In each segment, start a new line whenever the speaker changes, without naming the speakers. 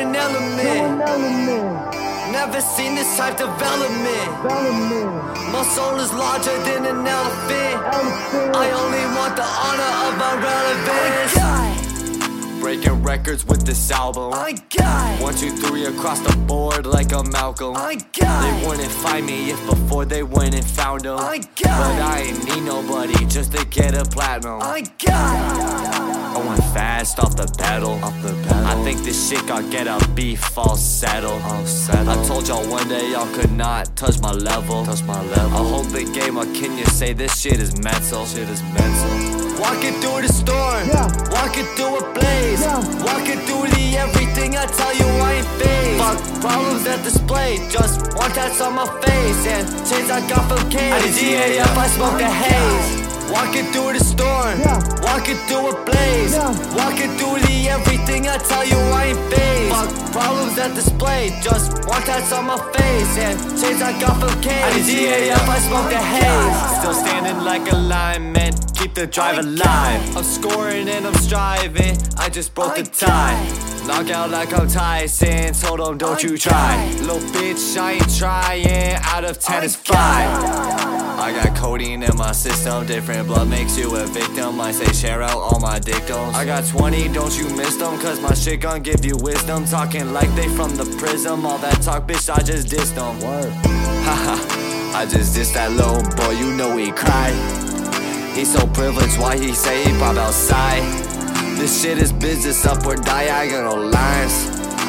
element.
element,
Never seen this type development.
element,
My soul is larger than an elephant.
elephant.
I only want the honor of my relevance. Breaking records with this album.
I got,
One, two, three across the board like a Malcolm.
I
They
got,
wouldn't find me if before they went and found them.
I
But
got,
I ain't need nobody just to get a platinum.
I got,
Going fast off the pedal. Off the pedal. I think this shit gon' get a beef all settled. All settled. I told y'all one day y'all could not touch my level. Touch my level. I hold the game or can you say this shit is mental? Shit is mental. Walking through the storm.
Yeah.
Walking through a blaze.
Yeah.
Walking through the everything I tell you I ain't phased. Fuck problems that display. Just want that's on my face. And change I got from K's. I did DAF, I smoke the haze. Walking through the storm.
Yeah.
Walking through a blaze.
Yeah.
Walking through the everything I tell you I ain't phased. Fuck problems that display. Just want that's on my face. And change I got from K's. I did DAF, I smoke the haze. Still standing like a lineman. Keep the drive alive. I'm scoring and I'm striving. I just broke the tie. Knock out like I'm Tyson. Told them don't you try. Little bitch, I ain't trying. Out of 10 is 5. I got codeine in my system, different blood makes you a victim. I say share out all my dictums. I got 20, don't you miss them, cause my shit gon' give you wisdom. Talking like they from the prism, all that talk, bitch, I just dissed them. Haha, I just dissed that little boy, you know he cry. He's so privileged, why he say he pop outside? This shit is business up or diagonal lines.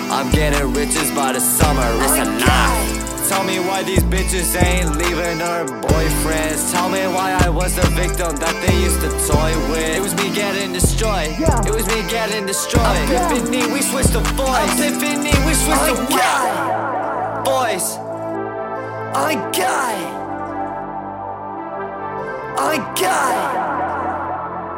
I'm getting riches by the summer, it's a knife. Tell me why these bitches ain't leaving her boyfriends. Tell me why I was the victim that they used to toy with. It was me getting destroyed.
Yeah.
It was me getting destroyed.
Yeah.
Epiphany, we switched the voice. Epiphany, we switched the
I got,
voice.
I got, I got,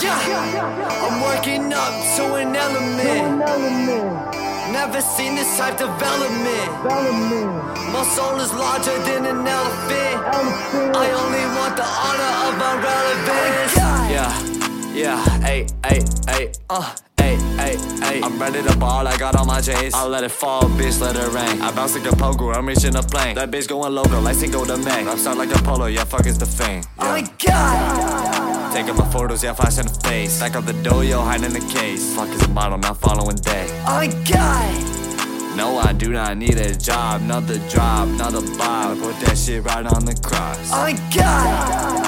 Yeah. I'm working up to an element.
element,
Never seen this type development.
element,
My soul is larger than an elephant. I
elephant.
only want the honor of my relevance.
God.
Yeah, yeah, hey, hey, hey, uh. Ay, ay, ay. I'm ready to ball, I got all my J's. I let it fall, bitch, let it rain. I bounce like a pogo, I'm reaching a plane. That bitch going local, like single to May. I'm sound like a polo, yeah, fuck is the fame. Yeah.
I got,
Taking my photos, yeah, flash in the face. Stack up the dough, yo, hide in the case. Fuck is a model, not following day.
I got.
No, I do not need a job, not the job, not the bob. Put that shit right on the cross.
I got,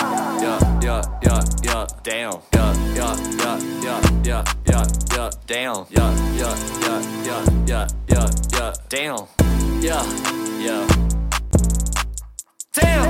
Yeah, yeah, yeah, yeah, damn. Yeah, yeah, yeah, yeah, yeah, yeah, yeah, damn. Yeah, yeah, yeah, yeah, yeah, yeah, yeah, damn. Yeah, yeah. Damn!